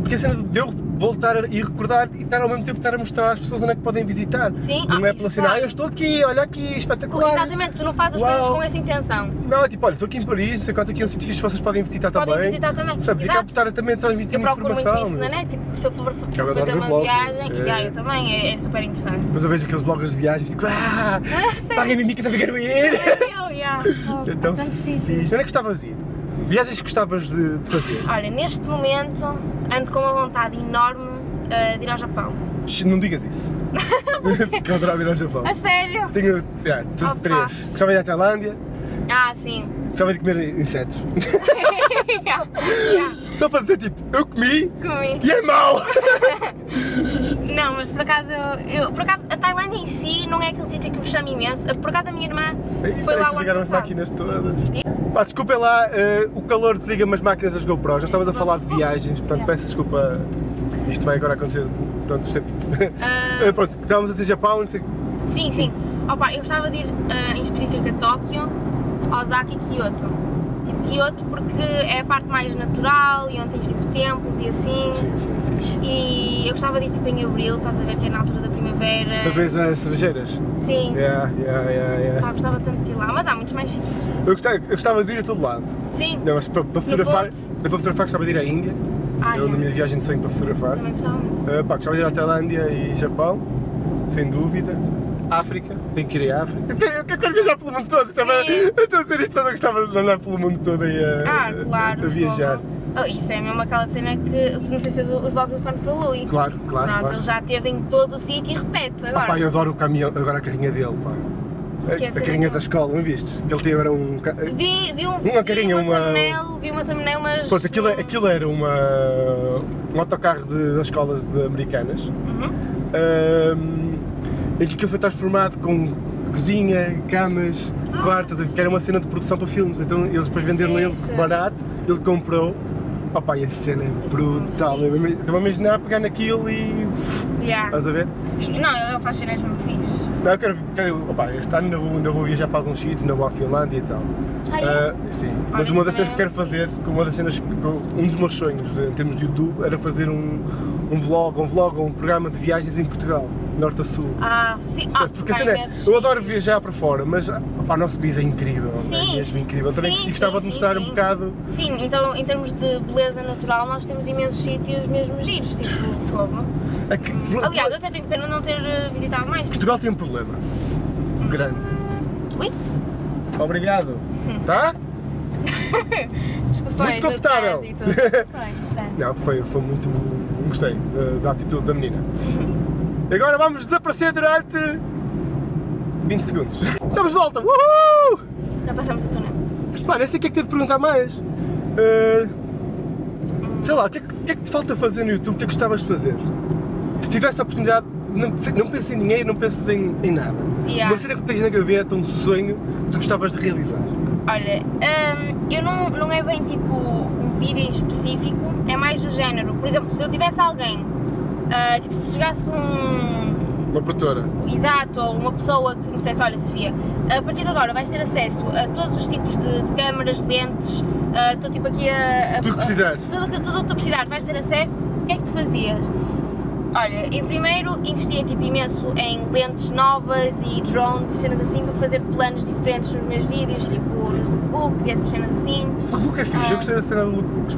S1: Porque a cena de eu voltar a- e recordar e estar ao mesmo tempo estar a mostrar às pessoas onde é que podem visitar.
S2: Sim,
S1: Não
S2: ah,
S1: é pela
S2: isso
S1: cena,
S2: claro.
S1: ah, eu estou aqui, olha aqui, espetacular.
S2: Exatamente, tu não fazes as
S1: Uau.
S2: coisas com essa intenção.
S1: Não, é tipo, olha, estou aqui em Paris, sei quase aqui é um sítio fixe que vocês podem visitar
S2: Podem
S1: também.
S2: visitar também.
S1: Sabe, e
S2: Exato.
S1: acabo de estar a também transmitir
S2: Eu procuro
S1: informação.
S2: muito isso na net, tipo, se eu for, for
S1: adoro
S2: fazer
S1: ver
S2: uma
S1: vlog.
S2: viagem, e
S1: É.
S2: ah, eu também, é, é super interessante.
S1: Depois eu vejo aqueles vloggers de viagem e fico, ah,
S2: sério?
S1: paguem-me a mim que eu também quero ir.
S2: Eu, yeah. Oh,
S1: Então,
S2: tantos
S1: fixe.
S2: sítios.
S1: Onde é que gostavas de ir? Viagens que gostavas de, de fazer?
S2: Olha, neste momento ando com uma vontade enorme eh, de ir ao Japão.
S1: Tch, Não digas isso. Porque eu adorava ir ao Japão.
S2: A sério?
S1: Tenho é, t-
S2: Assim? Opa.
S1: três. Gostava de ir à Tailândia,
S2: Ah, sim.
S1: gostava de comer insetos.
S2: yeah. Yeah.
S1: Só para dizer tipo, eu comi
S2: Comi.
S1: e é mau!
S2: Não, mas por acaso, eu, eu- por acaso a Tailândia em si não é aquele sítio que me chama imenso. Por acaso a minha irmã foi
S1: Espera
S2: lá
S1: então é que
S2: o ano
S1: chegaram as
S2: passado.
S1: máquinas todas. Pá, desculpem lá, eh, o calor desliga-me as máquinas das GoPros. Já estavas a falar de viagens, portanto
S2: Yeah.
S1: peço desculpa. Isto vai agora acontecer durante os tempinhos.
S2: Ah.
S1: Eh, Pronto, estávamos a dizer Japão, não sei.
S2: Sim, sim. Opa, eu gostava de ir ah, em específico a Tóquio, Osaka e Kyoto. Tipo, Kyoto porque é a parte mais natural e onde tens tipo templos e assim.
S1: Sim, sim, fixe.
S2: E eu gostava de ir tipo em Abril, estás a ver que é na altura da primavera.
S1: Para ver as cerejeiras.
S2: Sim.
S1: Yeah, yeah, yeah, yeah.
S2: Pá, gostava tanto de ir lá, mas há muitos mais sítios.
S1: Eu, gostava, eu gostava de ir a todo lado.
S2: Sim.
S1: Não, mas para, para fotografar,
S2: Fonte.
S1: para fotografar gostava de ir à Índia.
S2: Ah,
S1: eu,
S2: é.
S1: na minha viagem de sonho para fotografar.
S2: Também gostava muito.
S1: Uh, pá, gostava de ir à Tailândia e Japão, sem dúvida. África, tenho que ir à África. Eu quero, eu quero viajar pelo mundo todo, estava,
S2: Sim.
S1: eu estou a dizer isto, mas eu gostava de andar pelo mundo todo e a,
S2: Ah, claro.
S1: a viajar.
S2: fogo. Oh, isso é mesmo aquela cena que, não sei se fez o- os vlogs do Fun for Louie.
S1: Claro, claro,
S2: Pronto,
S1: claro.
S2: ele então já teve em todo o sítio e repete
S1: Ah,
S2: agora.
S1: pá, eu adoro o caminhão, agora a carrinha dele, pá.
S2: Que é
S1: A, a
S2: essa
S1: carrinha
S2: daquela?
S1: da escola, não viste? Que ele tem agora um. ca-
S2: Vi, vi, um,
S1: Uma
S2: vi
S1: carrinha, uma-
S2: thumbnail, vi uma thumbnail, mas...
S1: Pronto, aquilo, é-
S2: não-
S1: aquilo era uma, um autocarro de- das escolas de americanas.
S2: Uhum.
S1: Ahm, em que aquilo foi transformado com cozinha, camas,
S2: Ah.
S1: quartos, que era uma cena de produção para filmes. Então eles depois venderam ele
S2: Fixe.
S1: barato, ele comprou. Opa, e a cena é
S2: é
S1: brutal.
S2: muito fixe.
S1: Estou a imaginar pegar naquilo e. uf,
S2: Yeah.
S1: Estás a ver?
S2: Sim. Não, ele faz cenas mesmo fixe.
S1: Não, eu quero. quero opa, este ano ainda vou, ainda vou viajar para alguns sítios, ainda vou à Finlândia e tal.
S2: Ah, é?
S1: Ah, sim.
S2: Ah,
S1: Mas uma
S2: isso
S1: das cenas que
S2: também
S1: quero
S2: é
S1: fazer,
S2: fixe.
S1: uma das cenas, que- um dos meus sonhos em termos de YouTube era fazer um, um vlog, um vlog, um programa de viagens em Portugal, norte a sul.
S2: Ah, sim. Ah,
S1: Percebes? Porque a
S2: vai
S1: cena é,
S2: imensos
S1: eu
S2: sítios.
S1: adoro viajar para fora, mas opá, o nosso país é incrível.
S2: Sim,
S1: é mesmo
S2: sim.
S1: incrível. Também
S2: Sim,
S1: gostava
S2: sim,
S1: de mostrar
S2: sim,
S1: um
S2: sim.
S1: bocado.
S2: Sim, então em termos de beleza natural nós temos imensos sítios mesmo giros, tipo fogo.
S1: a que-
S2: Aliás, eu até tenho pena de não ter eh, visitado mais.
S1: Portugal tem um problema. Grande.
S2: Hum. Ui,
S1: Obrigado. Tá?
S2: discussões
S1: Muito
S2: do
S1: confortável.
S2: trânsito, discussões. tá.
S1: Não, foi, foi muito. Gostei da, da atitude da menina. E agora vamos desaparecer durante 20 segundos. Estamos de volta! Uhul!
S2: Já passamos o túnel.
S1: Pá, nem sei o que é que te de perguntar mais. Eh, sei lá, o que, é que, o que é que te falta fazer no YouTube? O que é que gostavas de fazer? Se tivesse a oportunidade, não, sei- não penses em dinheiro, não penses em, em nada.
S2: Yeah.
S1: Uma cena que tens na gaveta, um sonho que tu gostavas de realizar.
S2: Olha, hum, eu não, não é bem tipo um vídeo em específico, é mais do género. Por exemplo, se eu tivesse alguém, ah, tipo se chegasse um,
S1: Uma produtora.
S2: exato, ou uma pessoa que me dissesse, olha Sofia, a partir de agora vais ter acesso a todos os tipos de, de câmaras, lentes, ah, estou tipo aqui a...
S1: Tudo
S2: a-
S1: o que
S2: a-
S1: precisares.
S2: Tudo o que tudo o que tu precisares, vais ter acesso, o que é que tu fazias? Olha, eu primeiro investia tipo imenso em lentes novas e drones e cenas assim para fazer planos diferentes nos meus vídeos, tipo nos lookbooks e essas cenas assim.
S1: O look é fixe, eu gostei da cena do lookbooks.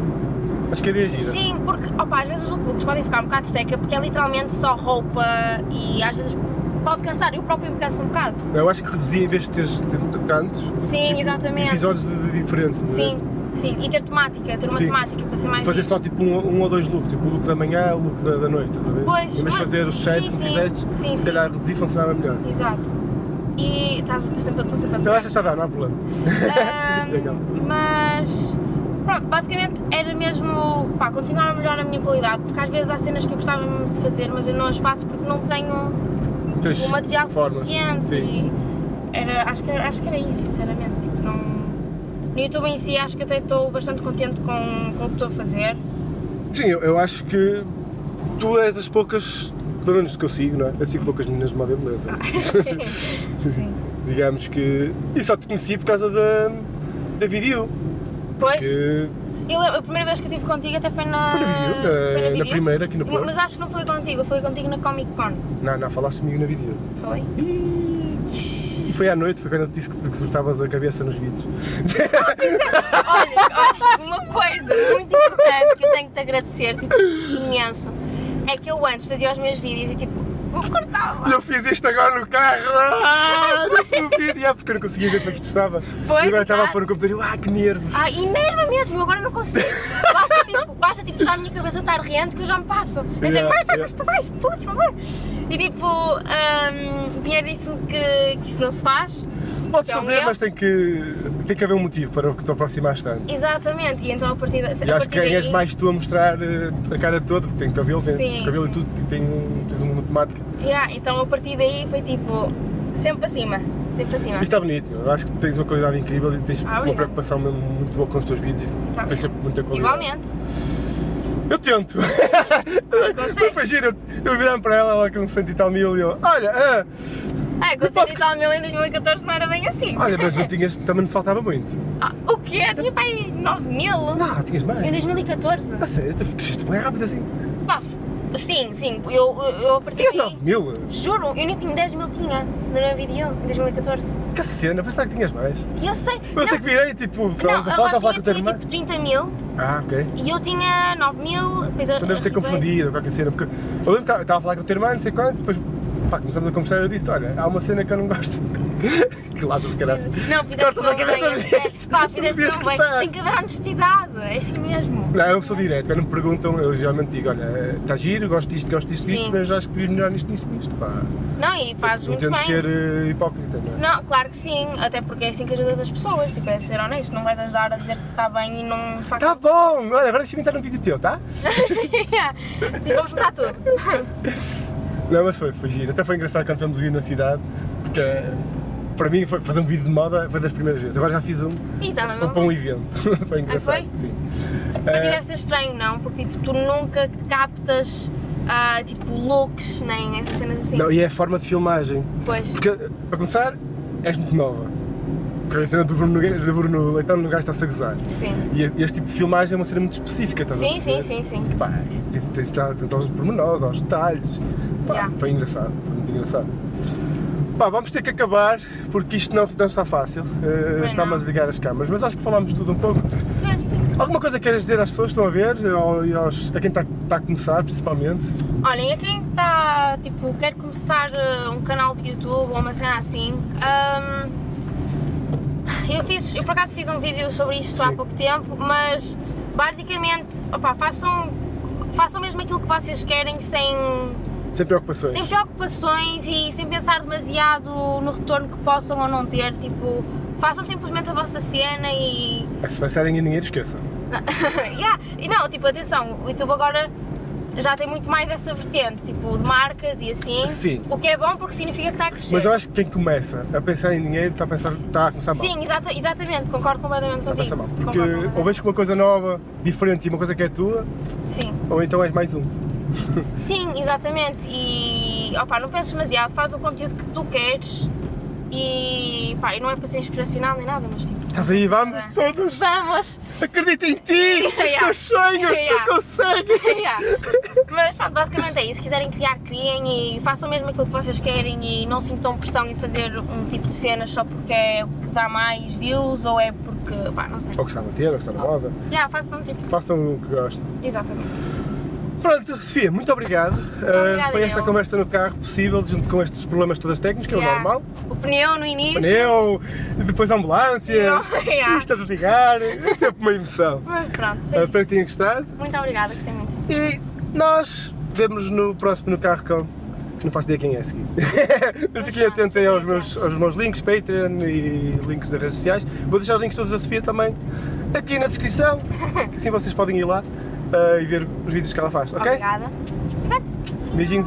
S1: Acho que é de gira.
S2: Sim, porque opa, às vezes os lookbooks podem ficar um bocado seca porque é literalmente só roupa e às vezes pode cansar, eu próprio me canso um bocado.
S1: Eu acho que reduzia em vez de teres tipo, tantos
S2: Sim, exatamente.
S1: episódios de, de diferentes. não é?
S2: É. Sim, sim. E ter temática, ter uma
S1: Sim.
S2: temática para ser mais.
S1: Fazer
S2: rico.
S1: só tipo um, um ou dois looks, tipo o look da manhã o look da, da noite, estás a ver?
S2: Pois,
S1: Em vez de
S2: mas-
S1: fazer os sete
S2: sim,
S1: que
S2: sim.
S1: fizeste,
S2: Sim,
S1: se
S2: sim.
S1: calhar reduzir funcionava melhor.
S2: Exato. E estás estás sempre, estou sempre a
S1: Não,
S2: zoar.
S1: esta está a dar, não há problema.
S2: Um,
S1: É
S2: Ahm,
S1: Legal.
S2: mas pronto, basicamente era mesmo pá, continuar a melhorar a minha qualidade, porque às vezes há cenas que eu gostava mesmo de fazer, mas eu não as faço porque não tenho
S1: Tens
S2: o material
S1: formas.
S2: suficiente.
S1: Sim.
S2: E era, acho, que, era- acho que era isso, sinceramente. Tipo, não... No YouTube em si acho que até estou bastante contente com, com o que estou a fazer.
S1: Sim, eu, eu acho que tu és das poucas, pelo menos que eu sigo, não é? Eu sigo poucas meninas de moda e beleza.
S2: sim, sim.
S1: Digamos que. E só te conheci por causa da. da vídeo.
S2: Pois,
S1: Que
S2: eu lembro- a primeira vez que eu estive contigo até foi na.
S1: foi na vídeo, na,
S2: Ah, foi na
S1: na
S2: vídeo.
S1: primeira aqui no Porto.
S2: Mas acho que não falei contigo, eu falei contigo na Comic Con.
S1: Não, não, falaste comigo na vídeo.
S2: Falei?
S1: E foi à noite, foi quando eu te disse que tu cortavas a cabeça nos vídeos.
S2: Olha, olha, uma coisa muito importante que eu tenho que te agradecer, tipo, imenso, é que eu antes fazia os meus vídeos e tipo, me cortava.
S1: E "Ah, eu fiz isto agora no carro! Ah, no vídeo! Ah, porque eu não conseguia ver como é que isto estava.
S2: Pois,
S1: e agora estava a
S2: exato.
S1: pôr no computador e eu, ah, que nervos!
S2: Ah, e nerva mesmo, eu agora não consigo. Basta tipo, basta, tipo já a minha cabeça estar rente que eu já me passo. Eu digo,
S1: Yeah,
S2: vai,
S1: yeah.
S2: vai, vais para baixo, por favor. E tipo, hum, o Pinheiro disse-me que, que isso não se faz.
S1: Podes
S2: que é um
S1: fazer,
S2: erro.
S1: mas tem que, tem que haver um motivo para que te aproximares tanto.
S2: Exatamente, e então a partir, da,
S1: E
S2: a
S1: acho que
S2: partir
S1: és
S2: daí.
S1: mais tu a mostrar eh, a cara toda, porque tem cabelo, tem
S2: Sim,
S1: cabelo
S2: sim.
S1: e tudo, tem, tem, um- tens uma temática.
S2: Yeah, então a partir daí foi tipo, sempre para cima, sempre para cima.
S1: Isto está bonito, meu. eu acho que tens uma qualidade incrível e tens
S2: Ah,
S1: uma
S2: obrigada.
S1: preocupação mesmo muito boa com os teus vídeos e
S2: Tá.
S1: tens sempre muita qualidade.
S2: Igualmente,
S1: Eu tento! Mas
S2: consegue.
S1: foi giro, eu, eu virar para ela, ela com 100 e tal mil e eu, olha, ah,
S2: É, com o
S1: posso-
S2: Centro Vital Mil em 2014 não era bem assim.
S1: olha, mas não tinhas, também me faltava muito.
S2: Ah, o quê? Tinha para aí 9 mil?
S1: Não, tinhas
S2: Em
S1: mais.
S2: 2014?
S1: A sério, tu cresceste bem rápido assim.
S2: Pá, f- sim, sim, eu, eu, eu a partir
S1: Tinhas
S2: daí...
S1: 9 mil?
S2: Juro, eu nem tinha 10 mil, tinha, no vídeo em 2014.
S1: Que cena, pensava que tinhas mais.
S2: E eu sei...
S1: Eu sei que virei, tipo,
S2: não,
S1: estávamos a
S2: não, a
S1: falar, estava a falar com
S2: Rochinha
S1: o teu
S2: tinha
S1: irmão.
S2: tipo 30 mil
S1: Ah, ok.
S2: e eu tinha 9 mil, depois a
S1: Então deve ter
S2: a Ribeiro-
S1: confundido qualquer cena, porque eu lembro que estava- estava a falar com o teu irmão, não sei quantos, depois pá, começamos a conversar e eu disse: Olha, há uma cena que eu não gosto. que lado de caralho.
S2: Não, fizeste
S1: Cortas a
S2: tão bem,
S1: cabeça
S2: eu
S1: dos
S2: sei.
S1: outros.
S2: Pá,
S1: Não
S2: fizeste
S1: devias
S2: tão bem.
S1: cortar.
S2: Tem que haver honestidade, é assim mesmo.
S1: Não, eu sou direto, quando me perguntam, eu geralmente digo: Olha, está giro, gosto disto, gosto disto, disto,
S2: Sim.
S1: mas acho que devias melhorar nisto, nisto, nisto. Pá.
S2: Não, e fazes
S1: Não
S2: muito
S1: tento
S2: bem.
S1: ser eh, hipócrita, não é?
S2: Não, claro que sim, até porque é assim que ajudas as pessoas, tipo, é ser honesto, não vais ajudar a dizer que está bem e não faz.
S1: Tá bom, olha, agora deixa-me entrar no vídeo teu, tá?
S2: tipo, vamos mudar tudo.
S1: Não, mas foi, foi giro. Até foi engraçado quando fomos vídeo na cidade, porque eh, para mim foi- fazer um vídeo de moda foi das primeiras vezes. Agora já fiz um
S2: E está bem,
S1: para para
S2: mas
S1: um evento. foi engraçado.
S2: Ah. foi?
S1: Sim.
S2: para ti
S1: Eh,
S2: deve ser estranho, não? Porque tipo, tu nunca captas ah, tipo looks, nem essas cenas assim.
S1: Não, e é a forma de filmagem.
S2: Pois.
S1: Porque, a começar, és muito nova. Porque a cena do Bruno, Nogueira- do Bruno Leitão no gajo está-se a gozar.
S2: Sim.
S1: E este tipo de filmagem é uma cena muito específica, estás a
S2: Sim,
S1: perceber?
S2: sim, sim, sim.
S1: E pá, e tens, tens de estar atento aos pormenores, aos detalhes. Pá,
S2: Yeah.
S1: Foi engraçado, foi muito engraçado. Pá, vamos ter que acabar, porque isto não, não está fácil. Uh,
S2: não.
S1: Está-me a desligar as câmaras, mas acho que falámos tudo um pouco.
S2: Mas, sim.
S1: Alguma coisa queiras dizer às pessoas que estão a ver, eh, ou, e aos, a quem está, está a começar, principalmente?
S2: Olhem, a quem está, tipo, quer começar eh, um canal de YouTube ou uma cena assim, ahm, eu fiz, eu por acaso fiz um vídeo sobre isto há
S1: Sim.
S2: pouco tempo, mas basicamente, opá, façam, façam mesmo aquilo que vocês querem sem,
S1: Sem preocupações.
S2: sem preocupações e sem pensar demasiado no retorno que possam ou não ter, tipo, façam simplesmente a vossa cena e
S1: É, Se pensarem em dinheiro, esqueçam.
S2: Yeah. E não, tipo, atenção, o YouTube agora já tem muito mais essa vertente, tipo, de marcas e assim.
S1: Sim.
S2: O que é bom porque significa que está a crescer.
S1: Mas eu acho que quem começa a pensar em dinheiro está a, pensar, está a começar mal.
S2: Sim, exata- exatamente, concordo completamente
S1: Está a
S2: contigo.
S1: pensar mal. Porque
S2: Concordo completamente.
S1: ou vês que uma coisa nova, diferente e uma coisa que é tua,
S2: Sim.
S1: ou então és mais um.
S2: Sim, exatamente. E opa, não penses demasiado, faz o conteúdo que tu queres e pá, e não é para ser inspiracional nem nada, mas tipo.
S1: Estás aí, vamos
S2: Tá.
S1: todos!
S2: Vamos!
S1: Acredita em ti, nos
S2: Yeah.
S1: teus sonhos,
S2: Yeah.
S1: tu consegues!
S2: Yeah. Mas pronto, basicamente é isso. Se quiserem criar, criem e façam mesmo aquilo que vocês querem e não sintam pressão em fazer um tipo de cenas só porque é o que dá mais views ou é porque. pá, não sei.
S1: Ou gostava de ter, ou gostava de moda,
S2: Yeah, façam tipo.
S1: façam o que gostam.
S2: Exatamente.
S1: Pronto, Sofia, muito obrigado. Ah,
S2: obrigada,
S1: foi esta
S2: eu.
S1: conversa no carro possível, junto com estes problemas todas técnicos, que é o
S2: Yeah.
S1: normal.
S2: O pneu no início.
S1: Pneu, depois a ambulância,
S2: Não, yeah.
S1: isto a desligar, é sempre uma emoção.
S2: Mas pronto,
S1: Ah,
S2: beijo.
S1: Espero que tenham gostado
S2: muito obrigada, gostei muito.
S1: e nós vemos no próximo no carro com Não faço ideia quem é a seguir. Mas fiquem
S2: já,
S1: atentos aí
S2: fiquem
S1: aos meus,
S2: atentos.
S1: aos meus links, Patreon e links das redes sociais. Vou deixar os links todos da Sofia também aqui na descrição, que eh, assim vocês podem ir lá ah, e ver os vídeos que ela faz, ok?
S2: Obrigada. E pronto.
S1: Beijinhos e